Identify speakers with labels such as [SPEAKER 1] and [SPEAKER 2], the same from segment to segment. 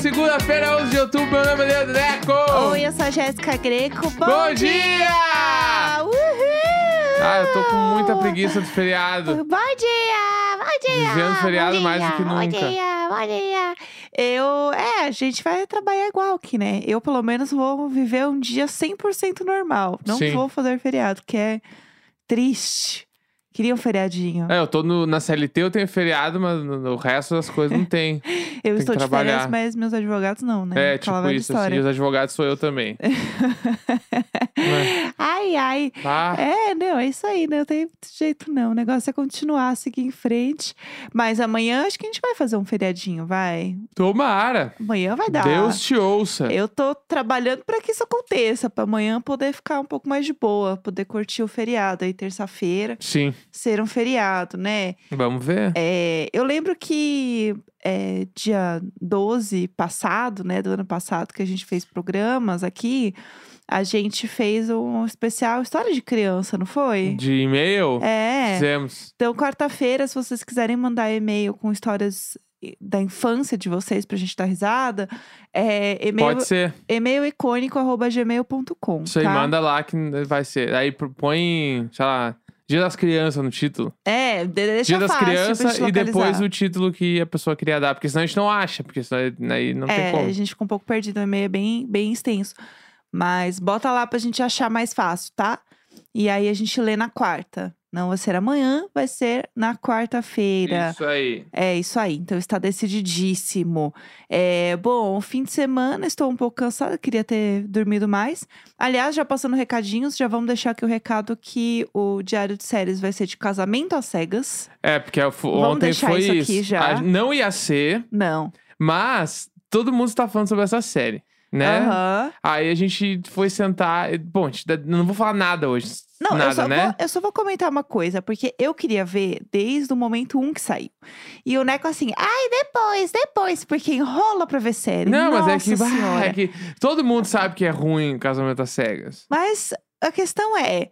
[SPEAKER 1] Segunda-feira, 11 de outubro, meu nome é Leandro Neco.
[SPEAKER 2] Oi, eu sou a Jéssica Greco. Bom,
[SPEAKER 1] Bom
[SPEAKER 2] dia!
[SPEAKER 1] dia!
[SPEAKER 2] Uhul!
[SPEAKER 1] Ah, eu tô com muita preguiça do
[SPEAKER 2] Bom dia!
[SPEAKER 1] feriado.
[SPEAKER 2] Bom dia!
[SPEAKER 1] Vivendo
[SPEAKER 2] bom
[SPEAKER 1] feriado mais do
[SPEAKER 2] dia,
[SPEAKER 1] que nunca.
[SPEAKER 2] Bom dia! Bom dia! Eu... É, a gente vai trabalhar igual aqui, né? Eu, pelo menos, vou viver um dia 100% normal. Não
[SPEAKER 1] Sim.
[SPEAKER 2] vou fazer feriado, que é triste. Queria um feriadinho.
[SPEAKER 1] É, eu tô no- na CLT, eu tenho feriado, mas no, no resto das coisas não tem.
[SPEAKER 2] eu
[SPEAKER 1] que
[SPEAKER 2] estou de
[SPEAKER 1] trabalhar.
[SPEAKER 2] férias, mas meus advogados não, né?
[SPEAKER 1] É, tipo
[SPEAKER 2] Aquela
[SPEAKER 1] isso, assim, e
[SPEAKER 2] velha
[SPEAKER 1] os advogados sou eu também.
[SPEAKER 2] É. história. ai, ai.
[SPEAKER 1] Ah,
[SPEAKER 2] É, não, é isso aí, não tem jeito não. O negócio é continuar, seguir em frente. Mas amanhã acho que a gente vai fazer um feriadinho, vai.
[SPEAKER 1] tomara.
[SPEAKER 2] Amanhã vai dar.
[SPEAKER 1] Deus te ouça.
[SPEAKER 2] É Eu tô trabalhando pra que isso aconteça, pra amanhã poder ficar um pouco mais de boa, poder curtir o feriado aí terça-feira,
[SPEAKER 1] Sim,
[SPEAKER 2] ser um feriado, né?
[SPEAKER 1] vamos ver.
[SPEAKER 2] É, eu lembro que é, dia 12 passado, né, do ano passado, que a gente fez programas aqui, a gente fez um especial história de criança, não foi?
[SPEAKER 1] De e-mail,
[SPEAKER 2] É.
[SPEAKER 1] fizemos.
[SPEAKER 2] Então, quarta-feira, se vocês quiserem mandar e-mail com histórias eh, da infância de vocês pra gente dar risada, é e-mail,
[SPEAKER 1] Pode ser.
[SPEAKER 2] e-mail icônico.gmail.com.
[SPEAKER 1] Isso aí,
[SPEAKER 2] tá?
[SPEAKER 1] manda lá que vai ser. Aí põe, sei lá, Dia das Crianças no título.
[SPEAKER 2] É, de- deixa
[SPEAKER 1] Dia das
[SPEAKER 2] fácil pra
[SPEAKER 1] Crianças
[SPEAKER 2] gente
[SPEAKER 1] e depois
[SPEAKER 2] localizar.
[SPEAKER 1] o título que a pessoa queria dar. Porque senão a gente não acha, porque senão aí- aí não tem
[SPEAKER 2] É,
[SPEAKER 1] como.
[SPEAKER 2] a gente ficou um pouco perdido, o e-mail é bem, bem extenso. Mas bota lá pra gente achar mais fácil, tá? E aí a gente lê na quarta. Não vai ser amanhã, vai ser na quarta-feira.
[SPEAKER 1] Isso aí.
[SPEAKER 2] É isso aí, então está decididíssimo. É, bom, fim de semana, estou um pouco cansada, queria ter dormido mais. Aliás, já passando recadinhos, já vamos deixar aqui o recado que o Diário de Séries vai ser de casamento às cegas.
[SPEAKER 1] É, porque a- fo-
[SPEAKER 2] Vamos
[SPEAKER 1] ontem
[SPEAKER 2] deixar
[SPEAKER 1] foi
[SPEAKER 2] isso
[SPEAKER 1] isso.
[SPEAKER 2] aqui já.
[SPEAKER 1] A- não ia ser,
[SPEAKER 2] Não.
[SPEAKER 1] mas todo mundo está falando sobre essa série, né?
[SPEAKER 2] Aham. Aí
[SPEAKER 1] Aí a gente foi sentar. e- Bom, a gente dá- não vou falar nada hoje.
[SPEAKER 2] Não,
[SPEAKER 1] nada,
[SPEAKER 2] eu, só
[SPEAKER 1] né?
[SPEAKER 2] vou, eu só vou comentar uma coisa, porque eu queria ver desde o momento um que saiu. E o Neco assim, ai, depois, depois, porque enrola pra ver série.
[SPEAKER 1] Não, mas é
[SPEAKER 2] Nossa
[SPEAKER 1] que, bah,
[SPEAKER 2] senhora.
[SPEAKER 1] é que todo mundo sabe que é ruim o casamento às cegas.
[SPEAKER 2] Mas a questão é.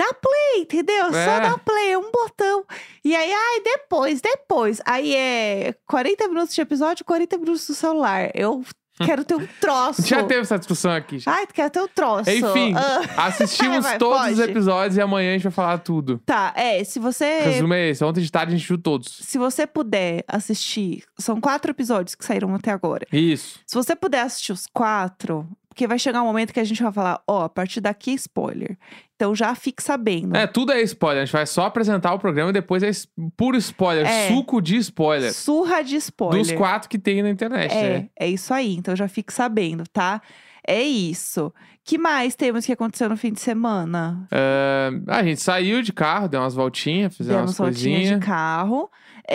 [SPEAKER 2] Dá play, entendeu? Só
[SPEAKER 1] É.
[SPEAKER 2] dá play, é um botão. E aí, ai, depois, depois. Aí é 40 minutos de episódio, 40 minutos do celular. Eu quero ter um troço.
[SPEAKER 1] Já teve essa discussão aqui. já.
[SPEAKER 2] Ai, tu quer ter um troço.
[SPEAKER 1] Enfim,
[SPEAKER 2] Ah,
[SPEAKER 1] assistimos
[SPEAKER 2] Vai, vai,
[SPEAKER 1] todos os
[SPEAKER 2] pode.
[SPEAKER 1] episódios e amanhã a gente vai falar tudo.
[SPEAKER 2] tá, é, se você.
[SPEAKER 1] Resumo é esse. Ontem de tarde a gente viu todos.
[SPEAKER 2] Se você puder assistir, são quatro episódios que saíram até agora.
[SPEAKER 1] Isso.
[SPEAKER 2] Se você puder assistir os quatro, porque vai chegar um momento que a gente vai falar, ó, a partir daqui é spoiler. Então já fique sabendo.
[SPEAKER 1] É, tudo é spoiler. A gente vai só apresentar o programa e depois é es- puro spoiler.
[SPEAKER 2] É.
[SPEAKER 1] Suco de spoiler.
[SPEAKER 2] Surra de spoiler.
[SPEAKER 1] Dos quatro que tem na internet,
[SPEAKER 2] É,
[SPEAKER 1] né?
[SPEAKER 2] é isso aí. Então já fique sabendo, tá? É isso. Que mais temos que aconteceu no fim de semana?
[SPEAKER 1] Ah, A gente saiu de carro, deu umas voltinhas, fizemos
[SPEAKER 2] Demos
[SPEAKER 1] umas
[SPEAKER 2] voltinha
[SPEAKER 1] coisinhas.
[SPEAKER 2] de carro.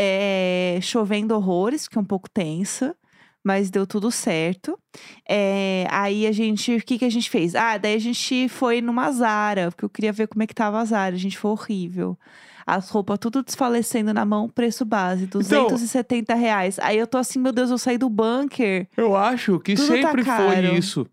[SPEAKER 2] É, chovendo horrores, fiquei um pouco tensa. Mas deu tudo certo. É, aí a gente. O que, que a gente fez? Ah, daí a gente foi numa Zara, porque eu queria ver como é que tava a Zara. Gente, foi horrível. As roupas tudo desfalecendo na mão, preço base,
[SPEAKER 1] Então-
[SPEAKER 2] 270 reais. Aí eu tô assim, meu Deus, eu saí do bunker.
[SPEAKER 1] Eu acho que
[SPEAKER 2] Tudo tá
[SPEAKER 1] sempre
[SPEAKER 2] caro.
[SPEAKER 1] foi isso.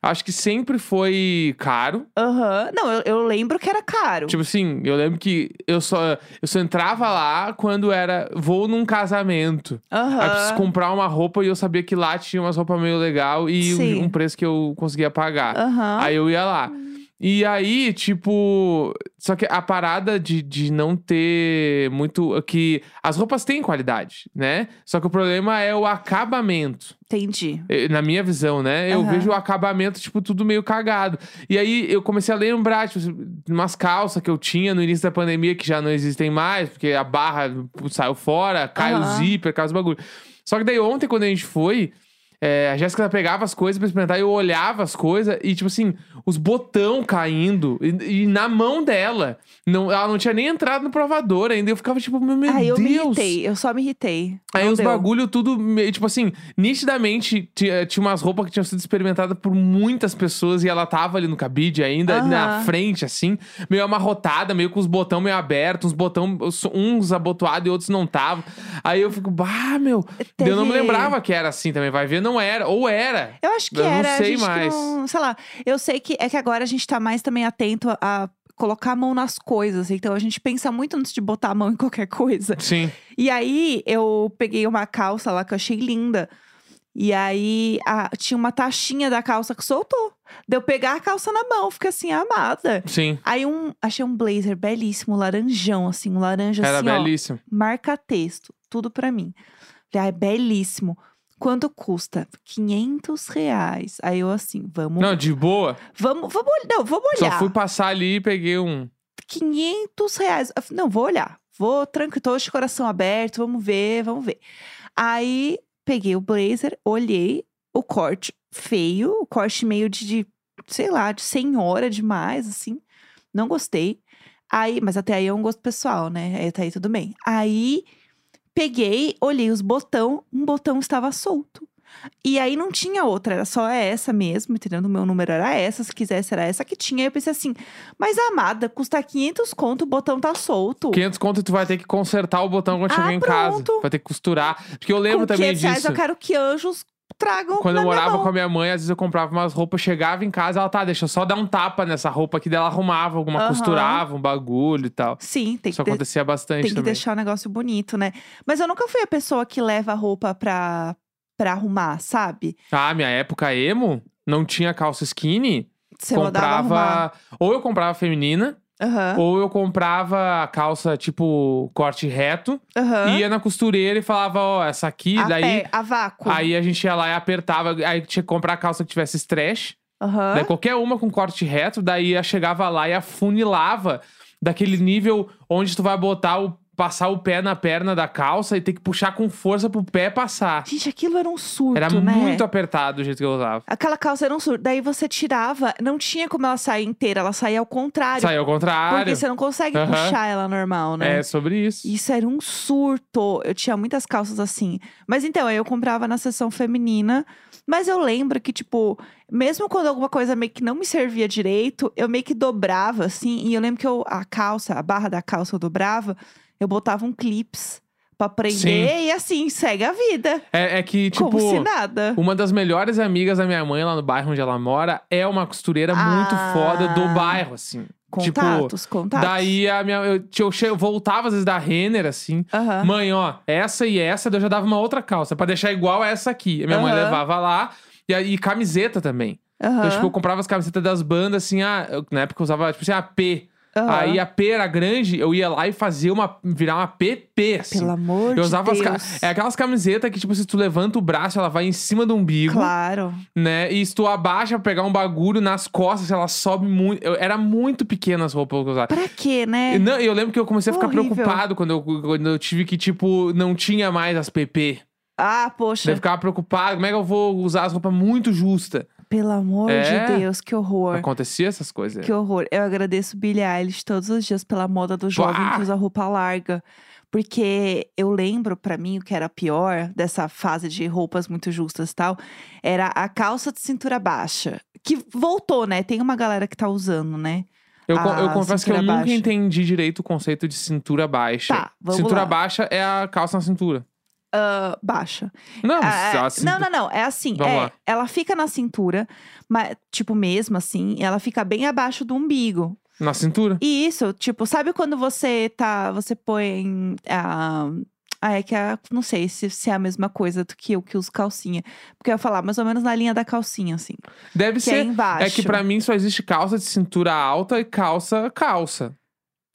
[SPEAKER 1] Acho que sempre foi caro.
[SPEAKER 2] Aham. Não, eu, eu lembro que era caro.
[SPEAKER 1] Tipo assim, eu lembro que eu só, eu só entrava lá quando era vou num casamento.
[SPEAKER 2] Aham.
[SPEAKER 1] Aí preciso comprar uma roupa e eu sabia que lá tinha umas roupas meio legal e
[SPEAKER 2] Sim.
[SPEAKER 1] um, um preço que eu conseguia pagar.
[SPEAKER 2] Aham.
[SPEAKER 1] Aí eu ia lá. E aí, tipo. Só que a parada de, de não ter muito. Que as roupas têm qualidade, né? Só que o problema é o acabamento.
[SPEAKER 2] Entendi.
[SPEAKER 1] Eh, Na minha visão, né? Eu
[SPEAKER 2] Aham.
[SPEAKER 1] vejo o acabamento, tipo, tudo meio cagado. E aí eu comecei a lembrar, tipo, umas calças que eu tinha no início da pandemia que já não existem mais, porque a barra pô, saiu fora, cai
[SPEAKER 2] Aham.
[SPEAKER 1] o zíper, cai os bagulho. Só que daí ontem, quando a gente foi. eh, a Jéssica pegava as coisas pra experimentar, eu olhava as coisas e, tipo assim, os botão caindo e, e na mão dela. Não, ela não tinha nem entrado no provador ainda. Eu ficava tipo, meu, meu
[SPEAKER 2] Aí eu
[SPEAKER 1] Deus.
[SPEAKER 2] me irritei, eu só me irritei.
[SPEAKER 1] Aí
[SPEAKER 2] Não
[SPEAKER 1] os
[SPEAKER 2] deu.
[SPEAKER 1] bagulho tudo, meio- tipo assim, nitidamente eh, tinha, tinha umas roupas que tinham sido experimentadas por muitas pessoas e ela tava ali no cabide ainda,
[SPEAKER 2] Aham.
[SPEAKER 1] na frente, assim, meio amarrotada, meio com os botão meio abertos, uns botão, uns abotoados e outros não tava. Aí eu fico, bah, meu,
[SPEAKER 2] Teve-
[SPEAKER 1] eu não me lembrava que era assim também, vai ver, não era, ou era.
[SPEAKER 2] Eu acho que
[SPEAKER 1] Eu não
[SPEAKER 2] era. a
[SPEAKER 1] sei
[SPEAKER 2] gente que
[SPEAKER 1] mais.
[SPEAKER 2] não- sei lá. Eu sei que é que agora a gente tá mais também atento a, a colocar a mão nas coisas. Então a gente pensa muito antes de botar a mão em qualquer coisa.
[SPEAKER 1] Sim,
[SPEAKER 2] E aí eu peguei uma calça lá que eu achei linda. E aí a- tinha uma taxinha da calça que soltou. Deu pegar a calça na mão, fica assim, amada.
[SPEAKER 1] Sim.
[SPEAKER 2] Aí um, achei um blazer belíssimo, laranjão, assim, um laranja
[SPEAKER 1] Era
[SPEAKER 2] assim, ó,
[SPEAKER 1] belíssimo.
[SPEAKER 2] marca texto, tudo pra mim. Falei, ah, é belíssimo. Quanto custa? 500 reais. Aí eu assim, vamos,
[SPEAKER 1] Não, de boa.
[SPEAKER 2] vamos, vamos, ol- não, vamos
[SPEAKER 1] Só
[SPEAKER 2] olhar.
[SPEAKER 1] fui passar ali e peguei um.
[SPEAKER 2] 500 reais. Eu falei, Não, vou olhar. Vou tranquilo, tô de coração aberto, vamos ver, vamos ver. Aí peguei o blazer, olhei o corte feio, o corte meio de, de, sei lá, de senhora demais, assim. Não gostei. Aí, mas até aí é um gosto pessoal, né? Aí tá aí tudo bem. Aí peguei, olhei os botão, um botão estava solto. E aí não tinha outra, era só essa mesmo, entendeu? O meu número era essa, se quisesse era essa que tinha. Aí eu pensei assim, mas amada, custa 500 conto, o botão tá solto.
[SPEAKER 1] 500 conto tu vai ter que consertar o botão quando
[SPEAKER 2] Ah,
[SPEAKER 1] chegar em casa.
[SPEAKER 2] pronto.
[SPEAKER 1] Vai ter que costurar. Porque eu lembro
[SPEAKER 2] Com
[SPEAKER 1] também
[SPEAKER 2] 500 reais
[SPEAKER 1] disso.
[SPEAKER 2] eu quero que anjos tragam
[SPEAKER 1] Quando
[SPEAKER 2] na
[SPEAKER 1] eu
[SPEAKER 2] minha
[SPEAKER 1] morava
[SPEAKER 2] mão.
[SPEAKER 1] com a minha mãe, às vezes eu comprava umas roupas, chegava em casa, ela tá, deixa eu só dar um tapa nessa roupa aqui, dela arrumava alguma,
[SPEAKER 2] Aham.
[SPEAKER 1] costurava um bagulho e tal.
[SPEAKER 2] Sim, tem
[SPEAKER 1] Isso
[SPEAKER 2] que, de-
[SPEAKER 1] acontecia bastante
[SPEAKER 2] tem que
[SPEAKER 1] também.
[SPEAKER 2] deixar o negócio bonito, né? Mas eu nunca fui a pessoa que leva a roupa pra, pra arrumar, sabe?
[SPEAKER 1] Ah, minha época emo, não tinha calça skinny,
[SPEAKER 2] Você mandava arrumar.
[SPEAKER 1] comprava. Ou eu comprava feminina,
[SPEAKER 2] Aham,
[SPEAKER 1] ou eu comprava a calça tipo corte reto,
[SPEAKER 2] aham.
[SPEAKER 1] ia na costureira e falava, ó, essa aqui,
[SPEAKER 2] a,
[SPEAKER 1] daí.
[SPEAKER 2] pé, a vácuo.
[SPEAKER 1] Aí a gente ia lá e apertava, aí tinha que comprar a calça que tivesse stretch,
[SPEAKER 2] Aham.
[SPEAKER 1] daí qualquer uma com corte reto, daí eu chegava lá e afunilava daquele nível onde tu vai botar o passar o pé na perna da calça e ter que puxar com força pro pé passar.
[SPEAKER 2] Gente, aquilo era um surto,
[SPEAKER 1] Era
[SPEAKER 2] né?
[SPEAKER 1] muito apertado o jeito que eu usava.
[SPEAKER 2] Aquela calça era um surto. Daí você tirava, não tinha como ela sair inteira, ela saía ao contrário.
[SPEAKER 1] Saiu ao contrário.
[SPEAKER 2] Porque você não consegue
[SPEAKER 1] Aham.
[SPEAKER 2] puxar ela normal, né?
[SPEAKER 1] É sobre isso.
[SPEAKER 2] Isso era um surto. Eu tinha muitas calças assim. Mas então, aí eu comprava na seção feminina. Mas eu lembro que, tipo, mesmo quando alguma coisa meio que não me servia direito, eu meio que dobrava, assim. E eu lembro que eu, a calça, a barra da calça eu dobrava, eu botava um clips pra prender e assim, segue a vida.
[SPEAKER 1] É, é que, tipo,
[SPEAKER 2] como se nada.
[SPEAKER 1] uma das melhores amigas da minha mãe lá no bairro onde ela mora é uma costureira muito
[SPEAKER 2] Ah. Tá.
[SPEAKER 1] foda do bairro, assim. tipo,
[SPEAKER 2] Contatos, contatos.
[SPEAKER 1] Daí a minha. Eu, eu, che- eu voltava às vezes da Renner, assim.
[SPEAKER 2] Aham.
[SPEAKER 1] Mãe, ó, essa e essa, daí eu já dava uma outra calça pra deixar igual a essa aqui. A minha mãe
[SPEAKER 2] Aham.
[SPEAKER 1] levava lá. E, aí- e camiseta também. Então,
[SPEAKER 2] aham,
[SPEAKER 1] tipo, eu comprava as camisetas das bandas, assim, ah, eu- na época eu usava, tipo assim, a P.
[SPEAKER 2] aham.
[SPEAKER 1] Aí a P era grande, eu ia lá e fazia uma. virar uma PP, assim.
[SPEAKER 2] Pelo amor
[SPEAKER 1] Eu
[SPEAKER 2] de
[SPEAKER 1] usava as ca-
[SPEAKER 2] Deus.
[SPEAKER 1] É aquelas camisetas que, tipo, se tu levanta o braço, ela vai em cima do umbigo,
[SPEAKER 2] Claro.
[SPEAKER 1] né? E se tu abaixa pra pegar um bagulho nas costas, ela sobe muito. Eu- Era muito pequena as roupas que eu usava.
[SPEAKER 2] Pra quê, né?
[SPEAKER 1] E não, eu lembro que eu comecei a ficar
[SPEAKER 2] Horrível.
[SPEAKER 1] preocupado quando eu, quando eu tive que, tipo, não tinha mais as PP.
[SPEAKER 2] Ah,
[SPEAKER 1] Daí
[SPEAKER 2] poxa.
[SPEAKER 1] Eu ficava preocupado, como é que eu vou usar as roupas muito justa?
[SPEAKER 2] Pelo amor
[SPEAKER 1] É.
[SPEAKER 2] de Deus, que horror.
[SPEAKER 1] Acontecia essas coisas.
[SPEAKER 2] Que horror. Eu agradeço Billie Eilish todos os dias pela moda do jovem
[SPEAKER 1] Bah!
[SPEAKER 2] que usa roupa larga. Porque eu lembro, pra mim, o que era pior dessa fase de roupas muito justas e tal, era a calça de cintura baixa. Que voltou, né? Tem uma galera que tá usando, né?
[SPEAKER 1] Eu, co- eu
[SPEAKER 2] Ah,
[SPEAKER 1] confesso que eu
[SPEAKER 2] cintura
[SPEAKER 1] nunca
[SPEAKER 2] baixa.
[SPEAKER 1] entendi direito o conceito de cintura baixa.
[SPEAKER 2] Tá, vamos
[SPEAKER 1] cintura
[SPEAKER 2] lá.
[SPEAKER 1] baixa é a calça na cintura.
[SPEAKER 2] Ah, baixa.
[SPEAKER 1] Não, mas
[SPEAKER 2] Ah,
[SPEAKER 1] a
[SPEAKER 2] é.
[SPEAKER 1] cintura...
[SPEAKER 2] Não, não, não. É assim.
[SPEAKER 1] Vamos
[SPEAKER 2] é,
[SPEAKER 1] lá.
[SPEAKER 2] Ela fica na cintura, mas, tipo, mesmo assim, ela fica bem abaixo do umbigo.
[SPEAKER 1] na cintura.
[SPEAKER 2] E isso, tipo, sabe quando você tá. Você põe. ah, Ah, é que a, não sei se, se é a mesma coisa do que eu que uso calcinha. Porque eu ia falar mais ou menos na linha da calcinha, assim.
[SPEAKER 1] Deve
[SPEAKER 2] que é
[SPEAKER 1] ser.
[SPEAKER 2] embaixo.
[SPEAKER 1] É que pra mim só existe calça de cintura alta e calça calça.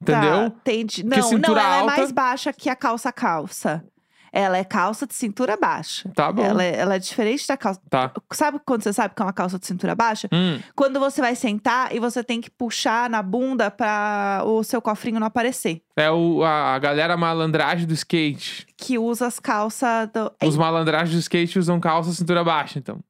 [SPEAKER 1] Entendeu?
[SPEAKER 2] Tá, entendi. Não,
[SPEAKER 1] Porque
[SPEAKER 2] não,
[SPEAKER 1] cintura
[SPEAKER 2] ela é
[SPEAKER 1] alta-
[SPEAKER 2] mais baixa que a calça calça. Ela é calça de cintura baixa.
[SPEAKER 1] Tá bom.
[SPEAKER 2] Ela, é- ela é diferente da calça.
[SPEAKER 1] Tá.
[SPEAKER 2] Sabe quando você sabe que é uma calça de cintura baixa?
[SPEAKER 1] Hum,
[SPEAKER 2] Quando você vai sentar e você tem que puxar na bunda pra o seu cofrinho não aparecer.
[SPEAKER 1] É o, a, a galera malandragem do skate.
[SPEAKER 2] Que usa as calças do. é
[SPEAKER 1] Os malandragens do skate usam calça cintura baixa, então.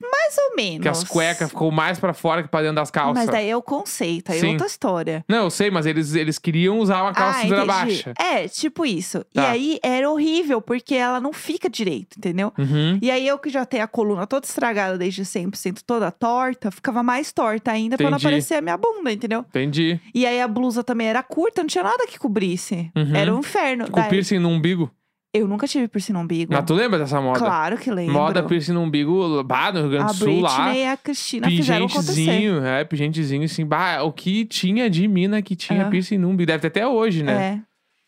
[SPEAKER 2] Mais ou menos.
[SPEAKER 1] Porque as cuecas ficou mais pra fora que pra dentro das calças.
[SPEAKER 2] Mas daí é o conceito, aí
[SPEAKER 1] Sim.
[SPEAKER 2] é outra história.
[SPEAKER 1] Não, eu sei, mas eles, eles queriam usar uma calça
[SPEAKER 2] ah,
[SPEAKER 1] cintura
[SPEAKER 2] entendi.
[SPEAKER 1] baixa.
[SPEAKER 2] É, tipo isso. E
[SPEAKER 1] Tá.
[SPEAKER 2] aí era horrível, porque ela não fica direito, entendeu?
[SPEAKER 1] Uhum.
[SPEAKER 2] E aí eu que já tenho a coluna toda estragada desde sempre, sinto toda torta, ficava mais torta ainda pra não
[SPEAKER 1] Entendi.
[SPEAKER 2] aparecer a minha bunda, entendeu?
[SPEAKER 1] Entendi.
[SPEAKER 2] E aí a blusa também era curta, não tinha nada que cobrisse.
[SPEAKER 1] Uhum.
[SPEAKER 2] Era um inferno.
[SPEAKER 1] Com
[SPEAKER 2] Daí-
[SPEAKER 1] piercing no umbigo.
[SPEAKER 2] Eu nunca tive piercing no umbigo.
[SPEAKER 1] Mas tu lembra dessa moda?
[SPEAKER 2] Claro que lembro.
[SPEAKER 1] Moda piercing no umbigo, bah, no Rio Grande
[SPEAKER 2] a
[SPEAKER 1] do Sul
[SPEAKER 2] Britney
[SPEAKER 1] lá.
[SPEAKER 2] e a Cristina fizeram acontecer.
[SPEAKER 1] Pingentezinho, é, pingentezinho, assim, bah, o que tinha de mina que tinha
[SPEAKER 2] Ah.
[SPEAKER 1] piercing no umbigo, deve ter até hoje,
[SPEAKER 2] É.
[SPEAKER 1] né?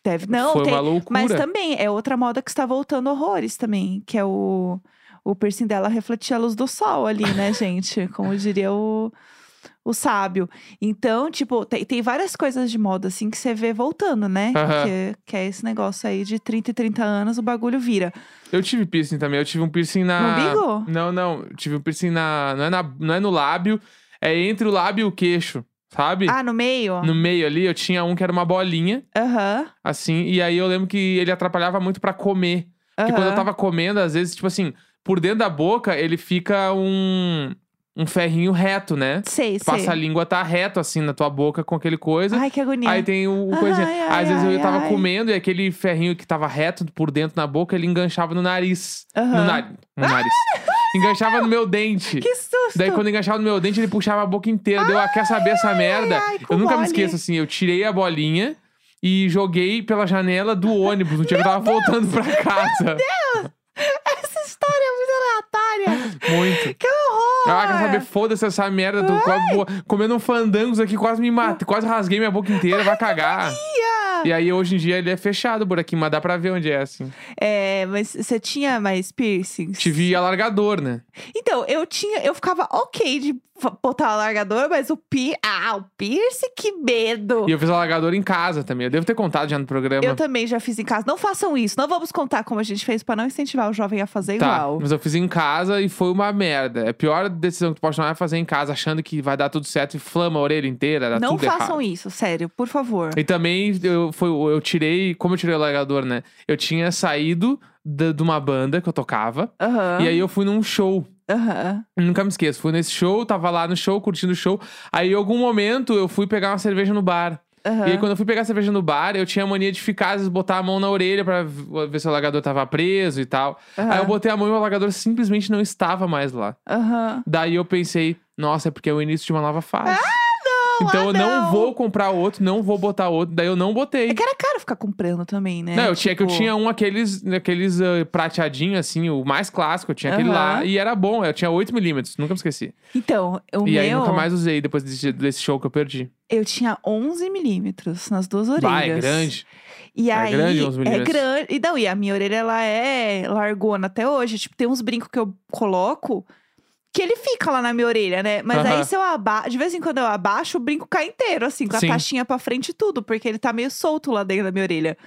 [SPEAKER 2] Deve. Não,
[SPEAKER 1] Foi
[SPEAKER 2] tem,
[SPEAKER 1] uma loucura.
[SPEAKER 2] Mas também é outra moda que está voltando horrores também, que é o, o piercing dela refletia a luz do sol ali, né, gente? Como diria o, o sábio. Então, tipo, tem, tem várias coisas de moda, assim, que você vê voltando, né?
[SPEAKER 1] Aham.
[SPEAKER 2] Que, que é esse negócio aí de 30 e 30 anos, o bagulho vira.
[SPEAKER 1] Eu tive piercing também. Eu tive um piercing na.
[SPEAKER 2] No umbigo?
[SPEAKER 1] Não, não. Eu Tive um piercing na. Não é, na... não é no lábio, é entre o lábio e o queixo, sabe?
[SPEAKER 2] Ah, no meio?
[SPEAKER 1] No meio ali, eu tinha um que era uma bolinha,
[SPEAKER 2] Aham.
[SPEAKER 1] assim. E aí eu lembro que ele atrapalhava muito pra comer. Porque quando eu
[SPEAKER 2] aham.
[SPEAKER 1] tava comendo, às vezes, tipo assim, por dentro da boca, ele fica um. Um ferrinho reto, né?
[SPEAKER 2] Sei,
[SPEAKER 1] Tu Passa a
[SPEAKER 2] sei.
[SPEAKER 1] língua, tá reto assim na tua boca com aquele coisa.
[SPEAKER 2] Ai, que agonia.
[SPEAKER 1] Aí tem o o
[SPEAKER 2] Ai,
[SPEAKER 1] coisinha.
[SPEAKER 2] ai,
[SPEAKER 1] Às vezes eu
[SPEAKER 2] ai,
[SPEAKER 1] tava
[SPEAKER 2] ai.
[SPEAKER 1] comendo e aquele ferrinho que tava reto por dentro na boca, ele enganchava no nariz. No,
[SPEAKER 2] Aham.
[SPEAKER 1] nari- no nariz. Enganchava no meu dente.
[SPEAKER 2] Que susto!
[SPEAKER 1] Daí quando enganchava no meu dente, ele puxava a boca inteira. Deu, ah, quer saber essa merda?
[SPEAKER 2] ai,
[SPEAKER 1] eu nunca me
[SPEAKER 2] cumole.
[SPEAKER 1] esqueço, assim, eu tirei a bolinha e joguei pela janela do ônibus. No dia que eu tava voltando pra casa.
[SPEAKER 2] Essa história é muito aleatória!
[SPEAKER 1] Muito.
[SPEAKER 2] que horror!
[SPEAKER 1] Ah, quer saber? Foda-se essa merda. Eu Tô quase bo- comendo um fandangos aqui, quase me mata. Quase rasguei minha boca inteira, vai cagar.
[SPEAKER 2] Ia!
[SPEAKER 1] E aí, hoje em dia, ele é fechado o buraquinho, mas dá pra ver onde é, assim.
[SPEAKER 2] É, mas você tinha mais piercings?
[SPEAKER 1] Tive alargador, né?
[SPEAKER 2] Então, eu tinha, eu ficava ok de f- botar o alargador, mas o pi, ah, o piercing, que medo!
[SPEAKER 1] E eu fiz alargador em casa também. Eu devo ter contado já no programa.
[SPEAKER 2] Eu também já fiz em casa. Não façam isso. Não vamos contar como a gente fez pra não incentivar o jovem a fazer
[SPEAKER 1] Tá,
[SPEAKER 2] igual.
[SPEAKER 1] mas eu fiz em casa e foi uma merda. É A pior decisão que tu pode tomar é fazer em casa, achando que vai dar tudo certo e flama a orelha inteira, dá
[SPEAKER 2] Não
[SPEAKER 1] tá tudo
[SPEAKER 2] façam
[SPEAKER 1] errado.
[SPEAKER 2] isso, sério, por favor.
[SPEAKER 1] E também eu, foi, eu tirei, como eu tirei o alargador, né? Eu tinha saído da- de uma banda que eu tocava.
[SPEAKER 2] Aham.
[SPEAKER 1] E aí eu fui num show.
[SPEAKER 2] Aham.
[SPEAKER 1] Nunca me esqueço. Fui nesse show, tava lá no show, curtindo o show. Aí em algum momento eu fui pegar uma cerveja no bar.
[SPEAKER 2] Aham.
[SPEAKER 1] E aí, quando eu fui pegar cerveja no bar, eu tinha a mania de ficar, às vezes, botar a mão na orelha pra v- ver se o alagador tava preso e tal.
[SPEAKER 2] Aham.
[SPEAKER 1] Aí eu botei a mão e o alagador simplesmente não estava mais lá.
[SPEAKER 2] Aham.
[SPEAKER 1] Daí eu pensei, nossa, é porque é o início de uma nova fase.
[SPEAKER 2] não,
[SPEAKER 1] então
[SPEAKER 2] ah,
[SPEAKER 1] eu não,
[SPEAKER 2] não.
[SPEAKER 1] vou comprar outro, não vou botar outro. Daí eu não botei.
[SPEAKER 2] É que era caro ficar comprando também, né?
[SPEAKER 1] Não, eu tinha que eu
[SPEAKER 2] Tipo,
[SPEAKER 1] tinha um aqueles, aqueles ah, prateadinho, assim, o mais clássico, eu tinha aquele lá
[SPEAKER 2] Aham.
[SPEAKER 1] e era bom. Eu tinha 8mm, nunca me esqueci.
[SPEAKER 2] Então, o
[SPEAKER 1] e
[SPEAKER 2] meu,
[SPEAKER 1] aí nunca mais usei depois desse, desse show que eu perdi.
[SPEAKER 2] eu tinha 11 milímetros nas duas orelhas.
[SPEAKER 1] Vai, é grande.
[SPEAKER 2] E
[SPEAKER 1] É
[SPEAKER 2] aí,
[SPEAKER 1] grande 11
[SPEAKER 2] é
[SPEAKER 1] milímetros.
[SPEAKER 2] grande. E não, e a minha orelha, ela é largona até hoje. Tipo, tem uns brincos que eu coloco que ele fica lá na minha orelha, né? Mas
[SPEAKER 1] Aham.
[SPEAKER 2] aí, se eu abaixo, de vez em quando eu abaixo, o brinco cai inteiro, assim, com
[SPEAKER 1] Sim.
[SPEAKER 2] a taxinha pra frente e tudo, porque ele tá meio solto lá dentro da minha orelha.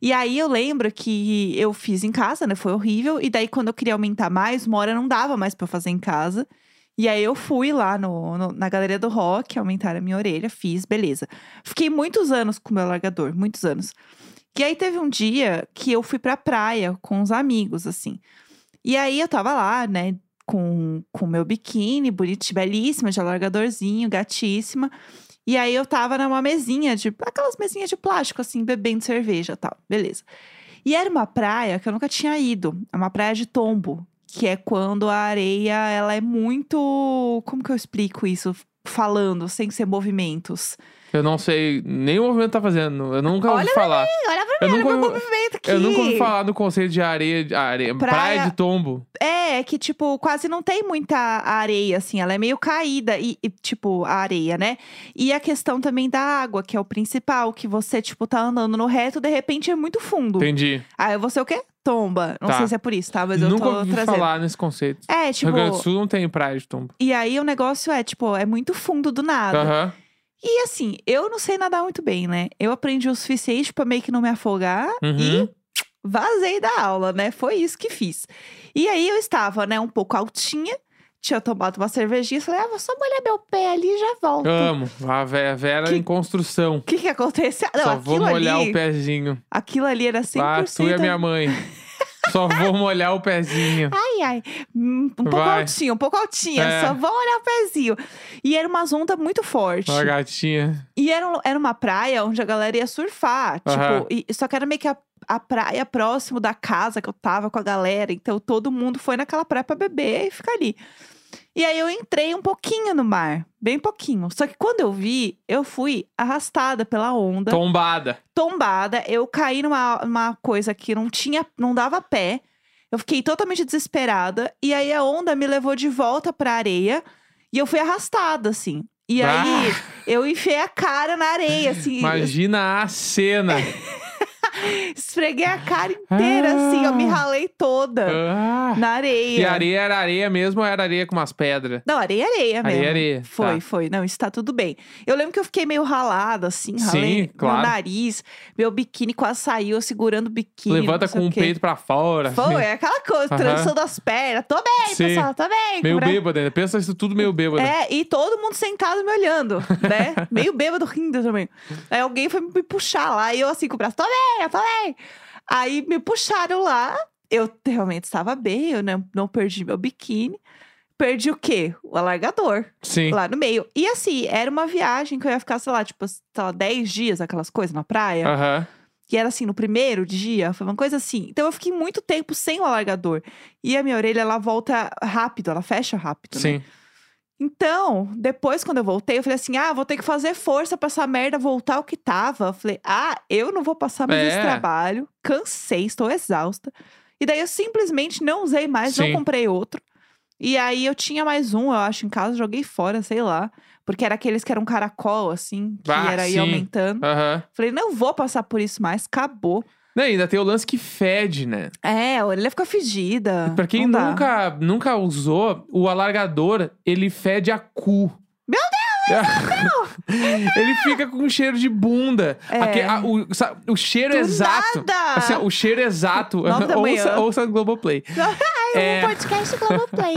[SPEAKER 2] E aí eu lembro que eu fiz em casa, né? Foi horrível. E daí, quando eu queria aumentar mais, uma hora não dava mais pra fazer em casa. E aí eu fui lá no, no- na galeria do rock, aumentar a minha orelha, fiz, beleza. Fiquei muitos anos com o meu largador, muitos anos. E aí teve um dia que eu fui pra praia com os amigos, assim. E aí eu tava lá, né, com o meu biquíni, bonito, belíssima, de alargadorzinho, gatíssima. E aí eu tava numa mesinha de. Aquelas mesinhas de plástico, assim, bebendo cerveja e tal. Beleza. E era uma praia que eu nunca tinha ido. É uma praia de tombo. Que é quando a areia, ela é muito. Como que eu explico isso? Falando, sem ser movimentos.
[SPEAKER 1] Eu não sei nem o movimento tá fazendo. Eu nunca
[SPEAKER 2] Olha
[SPEAKER 1] ouvi falar.
[SPEAKER 2] Ih, olha pra
[SPEAKER 1] Eu
[SPEAKER 2] mim, olha
[SPEAKER 1] nunca-
[SPEAKER 2] meu movimento aqui.
[SPEAKER 1] Eu nunca ouvi falar do conceito de areia, de areia praia...
[SPEAKER 2] Praia-
[SPEAKER 1] de tombo.
[SPEAKER 2] É, é que, tipo, quase não tem muita areia, assim. Ela é meio caída, e, e, tipo, a areia, né? E a questão também da água, que é o principal, que você, tipo, tá andando no reto, de repente é muito fundo.
[SPEAKER 1] Entendi.
[SPEAKER 2] Aí você o quê? Tomba. Não
[SPEAKER 1] Tá.
[SPEAKER 2] sei se é por isso, tá? Mas eu
[SPEAKER 1] nunca
[SPEAKER 2] tô
[SPEAKER 1] ouvi
[SPEAKER 2] trazendo.
[SPEAKER 1] falar nesse conceito.
[SPEAKER 2] É, tipo.
[SPEAKER 1] No Rio Grande do Sul não tem praia de tombo.
[SPEAKER 2] E aí o negócio é, tipo, é muito fundo do nada.
[SPEAKER 1] Aham.
[SPEAKER 2] E assim, eu não sei nadar muito bem, né? Eu aprendi o suficiente pra meio que não me afogar
[SPEAKER 1] Uhum.
[SPEAKER 2] e vazei da aula, né? Foi isso que fiz. E aí eu estava, né, um pouco altinha, tinha tomado uma cervejinha, falei, ah, vou só molhar meu pé ali e já volto. O
[SPEAKER 1] Amo. A Ve- a Vera
[SPEAKER 2] Que-
[SPEAKER 1] em construção.
[SPEAKER 2] que que aconteceu? Não,
[SPEAKER 1] Só vou
[SPEAKER 2] aquilo
[SPEAKER 1] molhar
[SPEAKER 2] ali,
[SPEAKER 1] o pezinho.
[SPEAKER 2] aquilo ali era 100%.
[SPEAKER 1] Ah, tu e a minha mãe. Só vou molhar o pezinho.
[SPEAKER 2] Ai, ai. Hum, Um pouco
[SPEAKER 1] Vai.
[SPEAKER 2] altinha, um pouco altinha.
[SPEAKER 1] É.
[SPEAKER 2] Só vou olhar o pezinho. E era umas ondas muito fortes.
[SPEAKER 1] Ó, gatinha.
[SPEAKER 2] E era, um- era uma praia onde a galera ia surfar.
[SPEAKER 1] Aham.
[SPEAKER 2] Tipo, e, só que era meio que a, a praia próximo da casa que eu tava com a galera. Então todo mundo foi naquela praia pra beber e ficar ali. E aí eu entrei um pouquinho no mar. Bem pouquinho. Só que quando eu vi, eu fui arrastada pela onda,
[SPEAKER 1] Tombada.
[SPEAKER 2] tombada. Eu caí numa numa coisa que não tinha, não dava pé. Eu fiquei totalmente desesperada. E aí a onda me levou de volta pra areia. E eu fui arrastada, assim. E aí,
[SPEAKER 1] Ah,
[SPEAKER 2] eu enfiei a cara na areia, assim.
[SPEAKER 1] imagina a cena.
[SPEAKER 2] Esfreguei a cara inteira,
[SPEAKER 1] Ah.
[SPEAKER 2] assim, eu me ralei toda
[SPEAKER 1] Ah.
[SPEAKER 2] na areia.
[SPEAKER 1] E areia era areia mesmo ou era areia com umas pedras?
[SPEAKER 2] Não, areia, areia É mesmo.
[SPEAKER 1] Areia, areia, tá.
[SPEAKER 2] Foi, foi. Não, isso tá tudo bem. Eu lembro que eu fiquei meio ralada, assim,
[SPEAKER 1] Sim,
[SPEAKER 2] ralei
[SPEAKER 1] claro.
[SPEAKER 2] meu nariz, meu biquíni quase saiu, eu segurando o biquíni.
[SPEAKER 1] Levanta
[SPEAKER 2] não sei
[SPEAKER 1] com um o
[SPEAKER 2] quê.
[SPEAKER 1] peito pra fora.
[SPEAKER 2] Foi, é aquela coisa,
[SPEAKER 1] Aham.
[SPEAKER 2] trançando as pernas. Tô bem,
[SPEAKER 1] Sim.
[SPEAKER 2] pessoal, tô bem.
[SPEAKER 1] meio
[SPEAKER 2] Cobra-
[SPEAKER 1] bêbado ainda. Pensa isso tudo meio bêbado.
[SPEAKER 2] É, e todo mundo sentado me olhando, né? Meio bêbado rindo também. Aí alguém foi me puxar lá, e eu assim com o braço, tô bem, eu tô bem. Aí me puxaram lá, eu realmente estava bem, eu não, não perdi meu biquíni. Perdi o quê? O alargador
[SPEAKER 1] Sim.
[SPEAKER 2] lá no meio. E assim, era uma viagem que eu ia ficar, sei lá, tipo, sei lá, 10 dias, aquelas coisas na praia.
[SPEAKER 1] Aham.
[SPEAKER 2] Que era assim, no primeiro dia, foi uma coisa assim. Então eu fiquei muito tempo sem o alargador. E a minha orelha, ela volta rápido, ela fecha rápido. né?
[SPEAKER 1] Sim.
[SPEAKER 2] Então, depois, quando eu voltei, eu falei assim: ah, vou ter que fazer força pra essa merda voltar ao que tava. Eu falei: ah, eu não vou passar mais
[SPEAKER 1] É.
[SPEAKER 2] esse trabalho. Cansei, estou exausta. E daí eu simplesmente não usei mais,
[SPEAKER 1] Sim.
[SPEAKER 2] não comprei outro. E aí eu tinha mais um, eu acho, em casa, joguei fora, sei lá. Porque era aqueles que eram caracol, assim, que
[SPEAKER 1] Ah,
[SPEAKER 2] era
[SPEAKER 1] sim.
[SPEAKER 2] ir aumentando.
[SPEAKER 1] Aham.
[SPEAKER 2] Falei, não vou passar por isso mais, acabou.
[SPEAKER 1] Não, ainda tem o lance que fede, né?
[SPEAKER 2] É, a orelha fica fedida.
[SPEAKER 1] Pra quem
[SPEAKER 2] Ah, não dá.
[SPEAKER 1] nunca, nunca usou, o alargador, ele fede a cu.
[SPEAKER 2] Meu
[SPEAKER 1] Deus, Ele fica com um cheiro de bunda.
[SPEAKER 2] É.
[SPEAKER 1] Aque- a- o, sa- o cheiro
[SPEAKER 2] Do
[SPEAKER 1] exato.
[SPEAKER 2] nada!
[SPEAKER 1] Assim, ó, o cheiro exato.
[SPEAKER 2] Nove da manhã.
[SPEAKER 1] ouça, ouça no Globoplay.
[SPEAKER 2] Ai,
[SPEAKER 1] É.
[SPEAKER 2] um podcast Globoplay.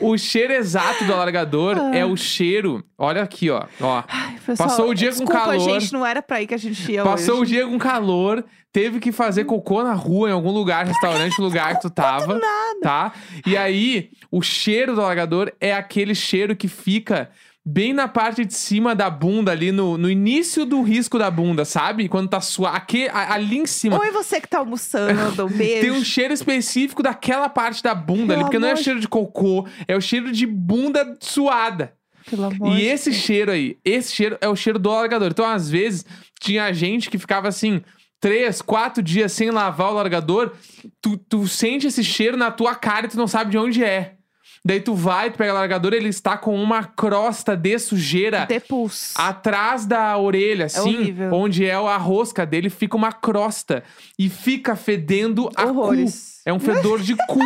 [SPEAKER 1] O cheiro exato do alargador
[SPEAKER 2] Ah.
[SPEAKER 1] é o cheiro. Olha aqui, ó. ó.
[SPEAKER 2] Ai, pessoal,
[SPEAKER 1] Passou o dia com
[SPEAKER 2] desculpa,
[SPEAKER 1] calor.
[SPEAKER 2] gente, não era pra ir que a gente ia
[SPEAKER 1] Passou o
[SPEAKER 2] hoje.
[SPEAKER 1] dia com calor, teve que fazer cocô na rua, em algum lugar, restaurante, lugar que tu tava. Tá? E aí, o cheiro do alagador é aquele cheiro que fica bem na parte de cima da bunda, ali no, no início do risco da bunda, sabe? Quando tá suado. Aqui, a- ali em cima.
[SPEAKER 2] Oi, você que tá almoçando, um beijo.
[SPEAKER 1] Tem um cheiro específico daquela parte da bunda
[SPEAKER 2] Pelo
[SPEAKER 1] ali, porque não é
[SPEAKER 2] amor de-
[SPEAKER 1] cheiro de cocô, é o cheiro de bunda suada.
[SPEAKER 2] Pelo amor
[SPEAKER 1] um E
[SPEAKER 2] de
[SPEAKER 1] esse
[SPEAKER 2] Deus.
[SPEAKER 1] cheiro aí, esse cheiro é o cheiro do largador. Então, às vezes, tinha gente que ficava assim, três, quatro dias sem lavar o largador, tu, tu sente esse cheiro na tua cara e tu não sabe de onde é. Daí tu vai, tu pega o largador, ele está com uma crosta de sujeira
[SPEAKER 2] Depuls.
[SPEAKER 1] atrás da orelha, assim,
[SPEAKER 2] É horrível.
[SPEAKER 1] onde é a rosca dele, fica uma crosta. E fica fedendo a cu.
[SPEAKER 2] Horrores.
[SPEAKER 1] É um fedor de cu.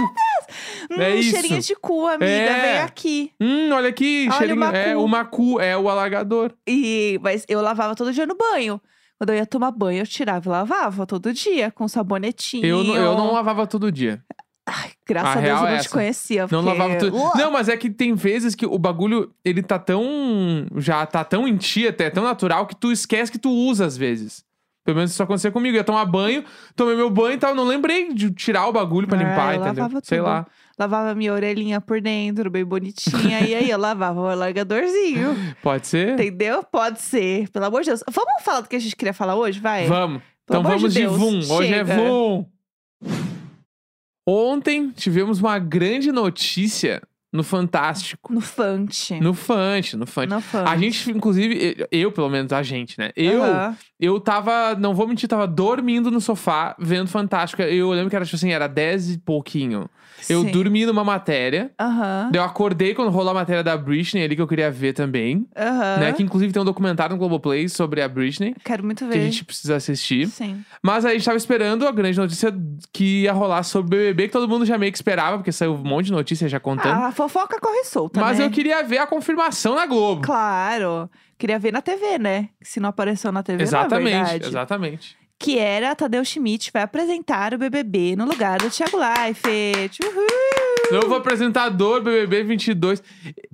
[SPEAKER 2] Hum,
[SPEAKER 1] é isso.
[SPEAKER 2] cheirinho de cu, amiga,
[SPEAKER 1] É.
[SPEAKER 2] vem aqui.
[SPEAKER 1] Hum, olha aqui,
[SPEAKER 2] Olha o
[SPEAKER 1] cheirinho. É
[SPEAKER 2] macu.
[SPEAKER 1] o macu, é o alargador.
[SPEAKER 2] E, mas eu lavava todo dia no banho. Quando eu ia tomar banho, eu tirava e lavava todo dia, com sabonetinho.
[SPEAKER 1] Eu, não- eu não lavava todo dia.
[SPEAKER 2] Graças
[SPEAKER 1] A
[SPEAKER 2] a, Deus
[SPEAKER 1] real
[SPEAKER 2] eu
[SPEAKER 1] é
[SPEAKER 2] não te
[SPEAKER 1] essa.
[SPEAKER 2] conhecia.
[SPEAKER 1] Não
[SPEAKER 2] porque-
[SPEAKER 1] lavava tudo.
[SPEAKER 2] Uah!
[SPEAKER 1] Não, mas é que tem vezes que o bagulho, ele tá tão. Já tá tão em ti, até tão natural, que tu esquece que tu usa às vezes. Pelo menos isso aconteceu comigo. Eu ia tomar banho, tomei meu banho e tal. Não lembrei de tirar o bagulho pra
[SPEAKER 2] Ah,
[SPEAKER 1] limpar,
[SPEAKER 2] eu
[SPEAKER 1] entendeu?
[SPEAKER 2] lavava
[SPEAKER 1] Sei
[SPEAKER 2] tudo.
[SPEAKER 1] lá.
[SPEAKER 2] Lavava minha orelhinha por dentro, bem bonitinha. e aí eu lavava o alargadorzinho.
[SPEAKER 1] Pode ser?
[SPEAKER 2] Entendeu? Pode ser. Pelo amor de Deus. Vamos falar do que a gente queria falar hoje? Vai.
[SPEAKER 1] Vamos.
[SPEAKER 2] Pelo
[SPEAKER 1] então
[SPEAKER 2] amor
[SPEAKER 1] vamos de,
[SPEAKER 2] Deus,
[SPEAKER 1] VUM. Hoje é
[SPEAKER 2] chega.
[SPEAKER 1] VUM. Ontem tivemos uma grande notícia no Fantástico.
[SPEAKER 2] No Fante.
[SPEAKER 1] No Fante, no Fante.
[SPEAKER 2] No Fante.
[SPEAKER 1] A gente, inclusive, eu- eu, pelo menos, a gente, né? Eu,
[SPEAKER 2] Aham.
[SPEAKER 1] Eu tava, não vou mentir, tava dormindo no sofá, vendo Fantástico. Eu lembro que era tipo assim, era 10 e pouquinho. Eu
[SPEAKER 2] Sim.
[SPEAKER 1] dormi numa matéria.
[SPEAKER 2] Aham.
[SPEAKER 1] daí Eu acordei quando rolou a matéria da Britney ali, que eu queria ver também.
[SPEAKER 2] Aham.
[SPEAKER 1] Né? Que inclusive tem um documentário no Globoplay sobre a Britney,
[SPEAKER 2] Quero muito
[SPEAKER 1] que a
[SPEAKER 2] ver.
[SPEAKER 1] gente precisa assistir.
[SPEAKER 2] Sim.
[SPEAKER 1] Mas aí a gente tava esperando a grande notícia que ia rolar sobre o BBB, que todo mundo já meio que esperava, porque saiu um monte de notícia já contando.
[SPEAKER 2] Ah, a fofoca corre solta,
[SPEAKER 1] Então. Mas
[SPEAKER 2] né?
[SPEAKER 1] eu queria ver a confirmação na Globo.
[SPEAKER 2] Claro. Queria ver na TV, né? Se não apareceu na TV, não é
[SPEAKER 1] Exatamente,
[SPEAKER 2] verdade.
[SPEAKER 1] exatamente.
[SPEAKER 2] Que era Tadeu Schmidt vai apresentar o BBB no lugar do Thiago Leifert. Uhul!
[SPEAKER 1] Novo apresentador BBB 22.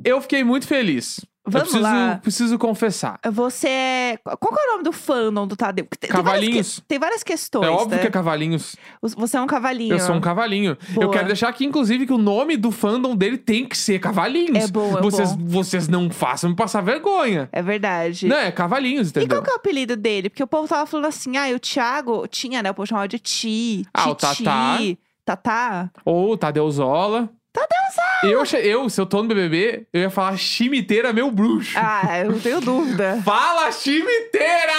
[SPEAKER 1] Eu fiquei muito feliz. Eu
[SPEAKER 2] Vamos
[SPEAKER 1] preciso,
[SPEAKER 2] lá.
[SPEAKER 1] preciso confessar.
[SPEAKER 2] Você é... Qual que é o nome do fandom do Tadeu? Porque Tem, tem várias
[SPEAKER 1] Cavalinhos.
[SPEAKER 2] que- Tem várias questões,
[SPEAKER 1] é óbvio
[SPEAKER 2] né?
[SPEAKER 1] que é Cavalinhos.
[SPEAKER 2] Os- Você é um cavalinho.
[SPEAKER 1] Eu sou um cavalinho. Eu
[SPEAKER 2] Boa.
[SPEAKER 1] quero deixar aqui, inclusive, que o nome do fandom dele tem que ser Cavalinhos.
[SPEAKER 2] É boa, é
[SPEAKER 1] vocês,
[SPEAKER 2] bom.
[SPEAKER 1] vocês não façam me passar vergonha.
[SPEAKER 2] É verdade.
[SPEAKER 1] Não, é Cavalinhos,
[SPEAKER 2] E
[SPEAKER 1] entendeu?
[SPEAKER 2] qual que é o apelido dele? Porque o povo tava falando assim, ah, e o Thiago tinha, né? O povo chamava de Ti.
[SPEAKER 1] Ah, o
[SPEAKER 2] Titi,
[SPEAKER 1] Tatá.
[SPEAKER 2] Tatá?
[SPEAKER 1] Ou Tadeuzola. Tadeuzola! Eu, achei- eu, se eu tô no BBB, eu ia falar chimiteira, meu bruxo.
[SPEAKER 2] Ah, eu não tenho dúvida.
[SPEAKER 1] Fala chimiteira!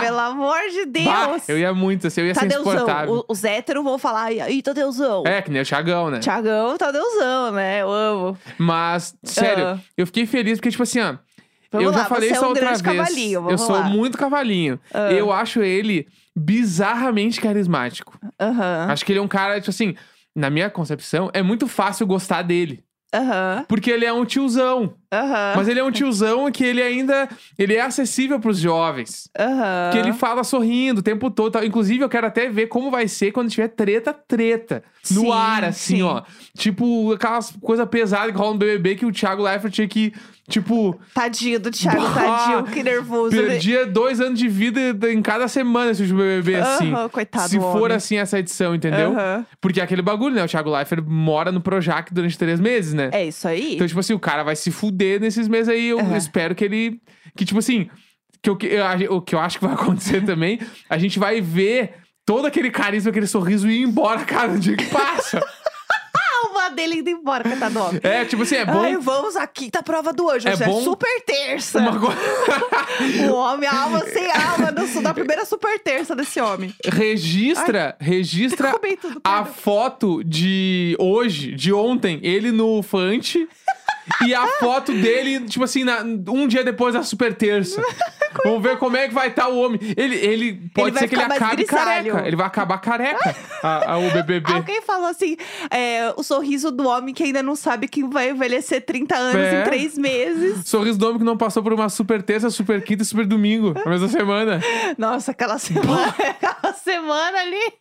[SPEAKER 2] Pelo amor de Deus.
[SPEAKER 1] Ah! Bah, eu ia muito assim, eu ia ser
[SPEAKER 2] Tadeuzão.
[SPEAKER 1] insuportável.
[SPEAKER 2] O- Os héteros vão falar, e Tadeuzão.
[SPEAKER 1] É, que nem o Thiagão, né?
[SPEAKER 2] Thiagão, Tadeuzão, né? Eu amo.
[SPEAKER 1] Mas, sério,
[SPEAKER 2] Ah.
[SPEAKER 1] eu fiquei feliz porque, tipo assim, ó.
[SPEAKER 2] Vamos
[SPEAKER 1] eu
[SPEAKER 2] lá,
[SPEAKER 1] já falei
[SPEAKER 2] você
[SPEAKER 1] isso
[SPEAKER 2] é um
[SPEAKER 1] outra
[SPEAKER 2] grande
[SPEAKER 1] vez.
[SPEAKER 2] cavalinho,
[SPEAKER 1] eu
[SPEAKER 2] vamos
[SPEAKER 1] sou
[SPEAKER 2] lá.
[SPEAKER 1] muito cavalinho.
[SPEAKER 2] Ah.
[SPEAKER 1] Eu acho ele bizarramente carismático.
[SPEAKER 2] Aham.
[SPEAKER 1] Acho que ele é um cara, tipo assim, na minha concepção, é muito fácil gostar dele.
[SPEAKER 2] Aham.
[SPEAKER 1] Porque ele é um tiozão.
[SPEAKER 2] Aham.
[SPEAKER 1] Mas ele é um tiozão que ele ainda. Ele é acessível pros jovens.
[SPEAKER 2] Aham.
[SPEAKER 1] Que ele fala sorrindo o tempo todo. tal. Inclusive, eu quero até ver como vai ser quando tiver treta, treta. No
[SPEAKER 2] Sim,
[SPEAKER 1] ar, assim,
[SPEAKER 2] sim.
[SPEAKER 1] ó. Tipo, aquelas coisa pesada que rola no BBB que o Thiago Leifert tinha que, tipo,
[SPEAKER 2] Tadinho do Thiago,
[SPEAKER 1] Bah!
[SPEAKER 2] tadinho, que nervoso. né? ele-
[SPEAKER 1] perdia dois anos de vida em cada semana esse BBB, assim.
[SPEAKER 2] Aham, coitado
[SPEAKER 1] Se
[SPEAKER 2] do
[SPEAKER 1] for
[SPEAKER 2] homem.
[SPEAKER 1] assim essa edição, entendeu?
[SPEAKER 2] Aham.
[SPEAKER 1] Porque é aquele bagulho, né? O Thiago Leifert mora no Projac durante três meses, né?
[SPEAKER 2] É isso aí?
[SPEAKER 1] Então, tipo assim, o cara vai se fuder nesses meses aí. Eu
[SPEAKER 2] Aham.
[SPEAKER 1] espero que ele. Que, tipo assim, que o que, eu, a- o que eu acho que vai acontecer também, a gente vai ver todo aquele carisma, aquele sorriso ir embora cada dia que passa.
[SPEAKER 2] A alma dele indo embora, coitado do homem.
[SPEAKER 1] é, tipo assim, é bom.
[SPEAKER 2] Ai, vamos à quinta prova do anjo.
[SPEAKER 1] É
[SPEAKER 2] É,
[SPEAKER 1] bom-
[SPEAKER 2] super terça.
[SPEAKER 1] uma coisa-
[SPEAKER 2] O homem, a alma sem alma do sul, da primeira super terça desse homem.
[SPEAKER 1] Tipo, registra, registra
[SPEAKER 2] Comei Tipo, tudo,
[SPEAKER 1] a
[SPEAKER 2] perdão.
[SPEAKER 1] foto de hoje, de ontem, ele no Fante. e a foto dele, tipo assim, na- um dia depois da super terça. Vamos ver como é que vai estar o homem. Ele, ele pode
[SPEAKER 2] vai
[SPEAKER 1] ser que ele
[SPEAKER 2] ficar mais
[SPEAKER 1] acabe
[SPEAKER 2] grisalho.
[SPEAKER 1] careca. Ele vai acabar careca, a, a- o BBB.
[SPEAKER 2] Alguém falou assim: é, o sorriso do homem que ainda não sabe que vai envelhecer 30 anos
[SPEAKER 1] É.
[SPEAKER 2] em três meses.
[SPEAKER 1] Sorriso do homem que não passou por uma super terça, super quinta e super domingo na mesma semana.
[SPEAKER 2] Nossa, aquela semana, aquela semana ali.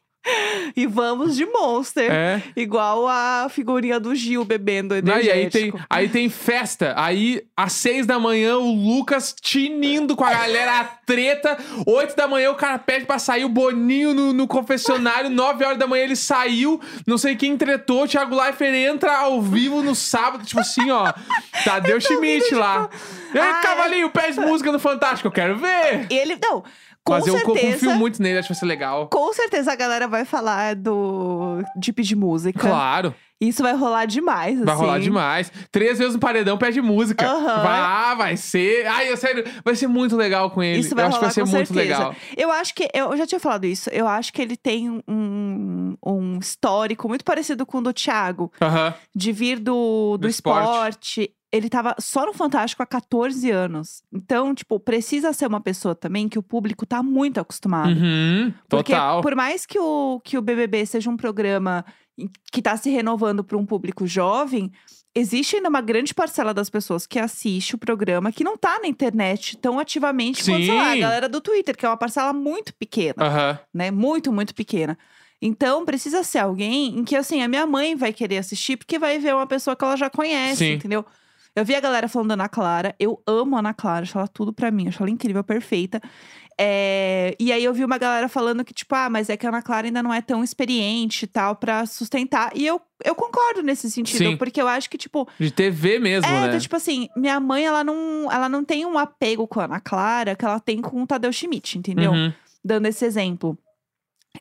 [SPEAKER 2] E vamos de monster.
[SPEAKER 1] É.
[SPEAKER 2] Igual a figurinha do Gil bebendo
[SPEAKER 1] Não, e
[SPEAKER 2] energético.
[SPEAKER 1] aí tem, aí tem festa. Aí, às seis da manhã, o Lucas tinindo com a galera a treta. Oito da manhã, o cara pede pra sair o Boninho no, no confessionário. Nove horas da manhã, ele saiu. Não sei quem tretou. Thiago Leifert entra ao vivo no sábado. Tipo assim, ó.
[SPEAKER 2] É
[SPEAKER 1] Tadeu Schmidt lá. Ei,
[SPEAKER 2] ah,
[SPEAKER 1] cavalinho, pede música no Fantástico. Eu quero ver.
[SPEAKER 2] E Ele, não, com
[SPEAKER 1] Mas eu co-
[SPEAKER 2] certeza...
[SPEAKER 1] confio um muito nele. Acho que vai ser legal.
[SPEAKER 2] Com certeza a galera vai falar do de pedir música.
[SPEAKER 1] Claro.
[SPEAKER 2] Isso vai rolar demais,
[SPEAKER 1] Vai
[SPEAKER 2] assim.
[SPEAKER 1] rolar demais. Três vezes no paredão pede música.
[SPEAKER 2] Aham.
[SPEAKER 1] Vai, ah, vai ser. Ai, eu sério, vai ser muito legal com ele.
[SPEAKER 2] Isso vai
[SPEAKER 1] eu acho
[SPEAKER 2] rolar
[SPEAKER 1] que vai ser
[SPEAKER 2] com
[SPEAKER 1] muito
[SPEAKER 2] certeza.
[SPEAKER 1] legal.
[SPEAKER 2] Eu acho que eu já tinha falado isso. Eu acho que ele tem um, um histórico muito parecido com o do Thiago,
[SPEAKER 1] Aham.
[SPEAKER 2] de vir do, do,
[SPEAKER 1] Do esporte.
[SPEAKER 2] esporte. Ele tava só no Fantástico há 14 anos. Então, tipo, precisa ser uma pessoa também que o público tá muito acostumado.
[SPEAKER 1] Uhum,
[SPEAKER 2] Porque
[SPEAKER 1] Total.
[SPEAKER 2] por mais que o, que o BBB seja um programa em- que está se renovando para um público jovem, existe ainda uma grande parcela das pessoas que assiste o programa que não tá na internet tão ativamente quanto, sei lá, a
[SPEAKER 1] Sim.
[SPEAKER 2] galera do Twitter, que é uma parcela muito pequena,
[SPEAKER 1] Aham.
[SPEAKER 2] né? Muito, muito pequena. Então, precisa ser alguém em que, assim, a minha mãe vai querer assistir porque vai ver uma pessoa que ela já conhece,
[SPEAKER 1] Sim.
[SPEAKER 2] entendeu? Eu vi a galera falando da Ana Clara, eu amo a Ana Clara, acho ela tudo pra mim, acho ela incrível, perfeita. É, E aí eu vi uma galera falando que, tipo, ah, mas é que a Ana Clara ainda não é tão experiente e tal pra sustentar. E eu, eu concordo nesse sentido,
[SPEAKER 1] Sim.
[SPEAKER 2] porque eu acho que, tipo,
[SPEAKER 1] De TV mesmo,
[SPEAKER 2] é,
[SPEAKER 1] né?
[SPEAKER 2] então, tipo assim, minha mãe, ela não, ela não tem um apego com a Ana Clara que ela tem com o Tadeu Schmidt, entendeu?
[SPEAKER 1] Uhum.
[SPEAKER 2] dando esse exemplo.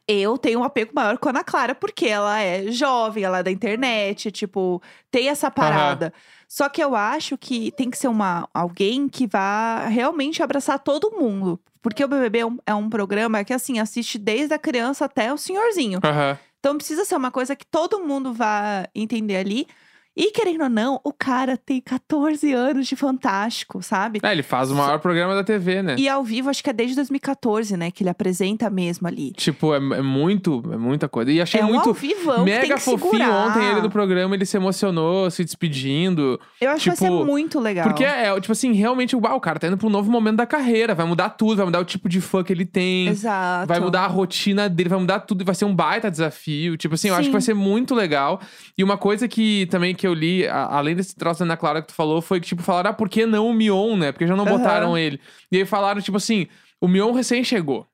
[SPEAKER 2] Eu tenho um apego maior com a Ana Clara, porque ela é jovem, ela é da internet, tipo, tem essa parada. Só que eu acho que tem que ser uma, alguém que vá realmente abraçar todo mundo. Porque o BBB é um, é um programa que, assim, assiste desde a criança até o senhorzinho.
[SPEAKER 1] Aham.
[SPEAKER 2] Então precisa ser uma coisa que todo mundo vá entender ali. E querendo ou não, o cara tem 14 anos de fantástico, sabe?
[SPEAKER 1] É, ele faz o maior programa da TV, né?
[SPEAKER 2] E ao vivo, acho que é desde 2014, né? Que ele apresenta mesmo ali.
[SPEAKER 1] Tipo, é, é muito, é muita coisa. E achei
[SPEAKER 2] é um ao
[SPEAKER 1] muito.
[SPEAKER 2] vivão que tem
[SPEAKER 1] Mega
[SPEAKER 2] que
[SPEAKER 1] fofinho
[SPEAKER 2] segurar.
[SPEAKER 1] ontem ele no programa, ele se emocionou, se despedindo.
[SPEAKER 2] Eu acho que vai
[SPEAKER 1] tipo,
[SPEAKER 2] ser muito legal.
[SPEAKER 1] Porque é, tipo assim, realmente, uau, o cara tá indo pra um novo momento da carreira. Vai mudar tudo, vai mudar o tipo de fã que ele tem.
[SPEAKER 2] Exato.
[SPEAKER 1] Vai mudar a rotina dele, vai mudar tudo e vai ser um baita desafio. Tipo assim, eu acho
[SPEAKER 2] Sim.
[SPEAKER 1] que vai ser muito legal. E uma coisa que também que eu li, a- além desse troço da Ana Clara que tu falou, foi que, tipo, falaram, ah, por que não o Mion, né? Porque já não
[SPEAKER 2] Aham.
[SPEAKER 1] botaram ele. E aí falaram, tipo assim, o Mion recém chegou.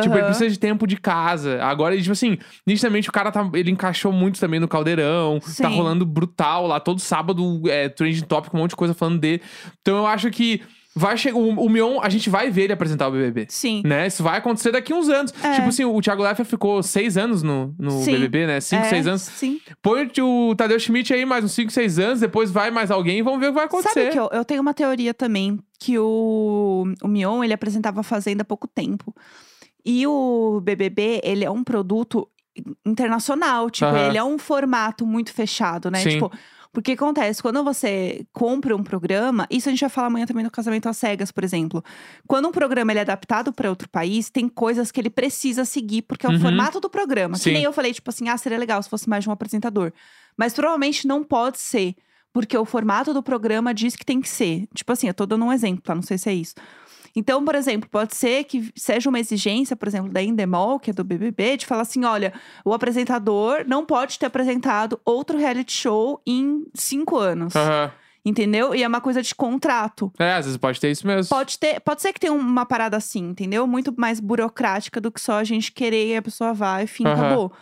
[SPEAKER 1] Tipo, ele
[SPEAKER 2] Aham.
[SPEAKER 1] precisa de tempo de casa. Agora, e, tipo assim, nitidamente o cara tá. Ele encaixou muito também no caldeirão. Tá
[SPEAKER 2] Sim.
[SPEAKER 1] rolando brutal lá. Todo sábado é trending topic, um monte de coisa falando dele. Então eu acho que vai chegar. O, o Mion, a gente vai ver ele apresentar o BBB
[SPEAKER 2] Sim.
[SPEAKER 1] né? Isso vai acontecer daqui uns anos.
[SPEAKER 2] É.
[SPEAKER 1] Tipo assim, o Thiago Leifert ficou seis anos no, no
[SPEAKER 2] Sim.
[SPEAKER 1] BBB, né? Cinco,
[SPEAKER 2] É,
[SPEAKER 1] seis anos.
[SPEAKER 2] Sim.
[SPEAKER 1] Põe o Tadeu Schmidt aí mais uns cinco, seis anos, depois vai mais alguém e vamos ver o que vai
[SPEAKER 2] Sabe
[SPEAKER 1] acontecer.
[SPEAKER 2] que eu, eu tenho uma teoria também que o, o Mion, ele apresentava a Fazenda há pouco tempo. E o BBB, ele é um produto internacional, tipo,
[SPEAKER 1] Aham.
[SPEAKER 2] ele é um formato muito fechado, né?
[SPEAKER 1] Sim.
[SPEAKER 2] Tipo, Porque acontece, quando você compra um programa, isso a gente vai falar amanhã também no Casamento às Cegas, por exemplo. Quando um programa ele é adaptado para outro país, tem coisas que ele precisa seguir, porque é o
[SPEAKER 1] Uhum.
[SPEAKER 2] formato do programa.
[SPEAKER 1] Sim.
[SPEAKER 2] Que nem eu falei, tipo assim, ah, seria legal se fosse mais de um apresentador. Mas provavelmente não pode ser, porque o formato do programa diz que tem que ser. Tipo assim, eu tô dando um exemplo, tá? Não sei se é isso. Então, por exemplo, pode ser que seja uma exigência, por exemplo, da Endemol, que é do BBB, de falar assim: olha, o apresentador não pode ter apresentado outro reality show em cinco anos.
[SPEAKER 1] Aham.
[SPEAKER 2] Entendeu? E é uma coisa de contrato.
[SPEAKER 1] É, às vezes pode ter isso mesmo.
[SPEAKER 2] Pode, ter, pode ser que tenha uma parada assim, entendeu? Muito mais burocrática do que só a gente querer e a pessoa vai, enfim,
[SPEAKER 1] Aham.
[SPEAKER 2] acabou.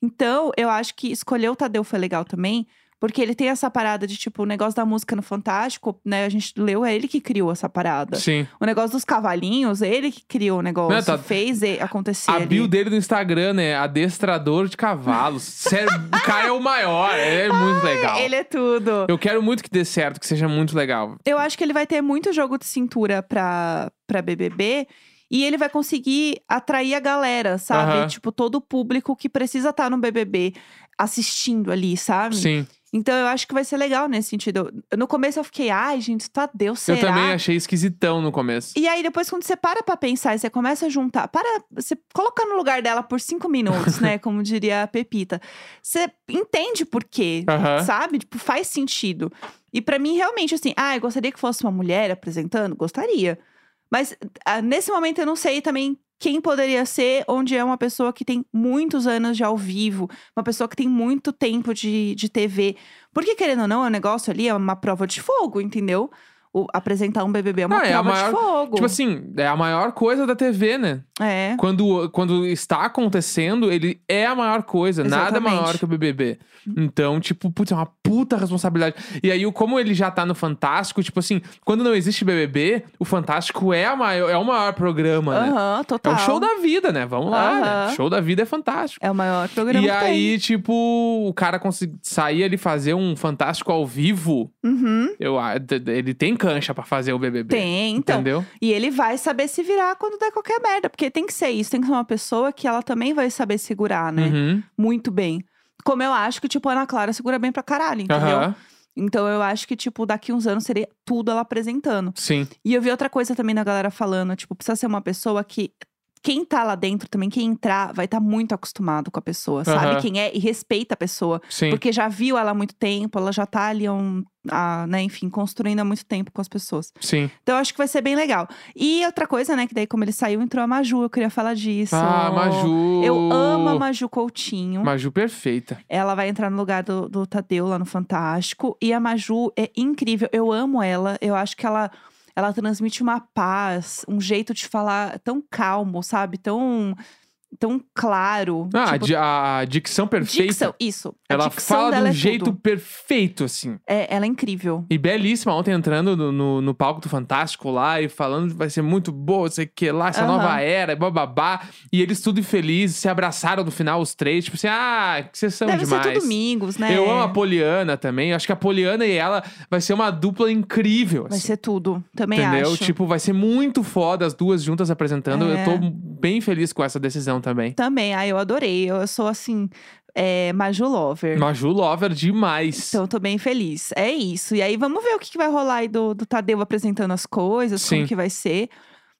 [SPEAKER 2] Então, eu acho que escolher o Tadeu foi legal também, porque ele tem essa parada de, tipo, o negócio da música no Fantástico, né? A gente leu, é ele que criou essa parada.
[SPEAKER 1] Sim.
[SPEAKER 2] O negócio dos cavalinhos, ele que criou o negócio,
[SPEAKER 1] Não, tá-
[SPEAKER 2] fez e- acontecer.
[SPEAKER 1] A
[SPEAKER 2] ali.
[SPEAKER 1] bio dele no Instagram, né? Adestrador de cavalos. Sério, o cara é o maior. Ele é muito legal.
[SPEAKER 2] Ele é tudo. Eu...
[SPEAKER 1] Eu quero muito que dê certo, que seja muito legal.
[SPEAKER 2] acho que ele vai ter muito jogo de cintura pra, pra BBB. E ele vai conseguir atrair a galera, sabe?
[SPEAKER 1] Aham.
[SPEAKER 2] Tipo, todo o público que precisa estar no BBB assistindo ali, sabe?
[SPEAKER 1] Sim.
[SPEAKER 2] Então eu acho que vai ser legal nesse sentido. Eu- no começo eu fiquei, ai, gente, tá Deus, será?
[SPEAKER 1] Eu também achei esquisitão no começo.
[SPEAKER 2] E aí, depois, quando você para pra pensar e você começa a juntar, para, você coloca no lugar dela por cinco minutos, né? Como diria a Pepita. Você entende por quê,
[SPEAKER 1] Aham.
[SPEAKER 2] sabe? Tipo, faz sentido. E pra mim, realmente, assim, ah, eu gostaria que fosse uma mulher apresentando? Gostaria. Mas ah, nesse momento eu não sei também quem poderia ser, onde é uma pessoa que tem muitos anos de ao vivo, uma pessoa que tem muito tempo de, de TV. Porque, querendo ou não, é um negócio ali, é uma prova de fogo, entendeu? O- apresentar um BBB é uma
[SPEAKER 1] Não, é a
[SPEAKER 2] prova
[SPEAKER 1] maior-
[SPEAKER 2] de fogo.
[SPEAKER 1] Tipo assim, é a maior coisa da TV, né?
[SPEAKER 2] É.
[SPEAKER 1] Quando, quando está acontecendo, ele é a maior coisa. Nada
[SPEAKER 2] Exatamente.
[SPEAKER 1] maior que o BBB. Então, tipo, putz, é uma puta responsabilidade. E aí, o- como ele já tá no Fantástico, tipo assim, quando não existe BBB, o Fantástico é, a maior, é o maior programa, né?
[SPEAKER 2] Aham,
[SPEAKER 1] É
[SPEAKER 2] total.
[SPEAKER 1] o show da vida, né? Vamos lá, né?
[SPEAKER 2] Aham.
[SPEAKER 1] Show da vida é fantástico.
[SPEAKER 2] É o maior programa
[SPEAKER 1] E
[SPEAKER 2] que
[SPEAKER 1] aí, tipo, o cara conseguir sair ali fazer um fantástico ao vivo,
[SPEAKER 2] tem. Uhum.
[SPEAKER 1] eu, a- d- d- ele tem cancha pra fazer o BBB.
[SPEAKER 2] Tem, então.
[SPEAKER 1] Entendeu?
[SPEAKER 2] E ele vai saber se virar quando der qualquer merda. Porque tem que ser isso. Tem que ser uma pessoa que ela também vai saber segurar, né?
[SPEAKER 1] Uhum.
[SPEAKER 2] Muito bem. Como eu acho que, tipo, a Ana Clara segura bem pra caralho, entendeu?
[SPEAKER 1] Aham.
[SPEAKER 2] Então eu acho que, tipo, daqui uns anos seria tudo ela apresentando.
[SPEAKER 1] Sim.
[SPEAKER 2] E eu vi outra coisa também da galera falando, tipo, precisa ser uma pessoa que. Quem tá lá dentro também, quem entrar, vai estar muito acostumado com a pessoa, sabe?
[SPEAKER 1] Aham.
[SPEAKER 2] Quem é e respeita a pessoa.
[SPEAKER 1] Sim.
[SPEAKER 2] Porque já viu ela há muito tempo, ela já tá ali, há um, há, né, enfim, construindo há muito tempo com as pessoas.
[SPEAKER 1] Sim.
[SPEAKER 2] Então eu acho que vai ser bem legal. E outra coisa, né, que daí como ele saiu, entrou a Maju, eu queria falar disso.
[SPEAKER 1] Ah, Maju.
[SPEAKER 2] Eu amo a Maju Coutinho.
[SPEAKER 1] Maju perfeita.
[SPEAKER 2] Ela vai entrar no lugar do, do Tadeu lá no Fantástico. E a Maju é incrível. Eu amo ela. Eu acho que ela, ela transmite uma paz, um jeito de falar tão calmo, sabe? Tão, tão claro.
[SPEAKER 1] Ah, a
[SPEAKER 2] tipo,
[SPEAKER 1] di- a, a dicção perfeita.
[SPEAKER 2] dicção, isso. A
[SPEAKER 1] Ela
[SPEAKER 2] dicção
[SPEAKER 1] fala de
[SPEAKER 2] dela
[SPEAKER 1] um
[SPEAKER 2] é
[SPEAKER 1] jeito
[SPEAKER 2] tudo.
[SPEAKER 1] perfeito, assim.
[SPEAKER 2] É, ela é incrível.
[SPEAKER 1] E belíssima, ontem entrando no, no, no palco do Fantástico lá e falando vai ser muito boa, não sei o que lá, essa
[SPEAKER 2] Aham.
[SPEAKER 1] nova era, e bababá. E eles tudo felizes, se abraçaram no final, os três, tipo assim, ah, que vocês são
[SPEAKER 2] Deve
[SPEAKER 1] demais.
[SPEAKER 2] ser tudo Mingos, né?
[SPEAKER 1] Eu amo a Poliana também, acho que a Poliana e ela vai ser uma dupla incrível,
[SPEAKER 2] Vai
[SPEAKER 1] assim,
[SPEAKER 2] ser tudo. Também
[SPEAKER 1] entendeu?
[SPEAKER 2] acho.
[SPEAKER 1] Tipo, vai ser muito foda as duas juntas apresentando, eu
[SPEAKER 2] É.
[SPEAKER 1] tô bem feliz com essa decisão também.
[SPEAKER 2] Também. Ah, eu adorei. Eu sou, assim, é, Maju Lover.
[SPEAKER 1] Maju Lover demais.
[SPEAKER 2] Então, eu tô bem feliz. É isso. E aí, vamos ver o que, que vai rolar aí do, do Tadeu apresentando as coisas,
[SPEAKER 1] Sim.
[SPEAKER 2] como que vai ser.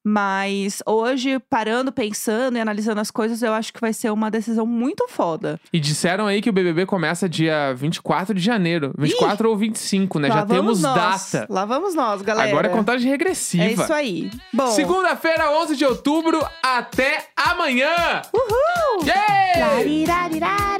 [SPEAKER 2] Mas hoje, parando, pensando e analisando as coisas, eu acho que vai ser uma decisão muito foda.
[SPEAKER 1] E disseram aí que o BBB começa dia 24 de janeiro. 24 ou 25, né?
[SPEAKER 2] Lá
[SPEAKER 1] Já
[SPEAKER 2] vamos
[SPEAKER 1] temos
[SPEAKER 2] nós.
[SPEAKER 1] data.
[SPEAKER 2] Lá vamos nós, galera.
[SPEAKER 1] Agora é contagem
[SPEAKER 2] É
[SPEAKER 1] regressiva.
[SPEAKER 2] isso aí. Bom,
[SPEAKER 1] Segunda-feira, 11 de outubro, até amanhã!
[SPEAKER 2] uhul!
[SPEAKER 1] Yay!
[SPEAKER 2] Larirarirar.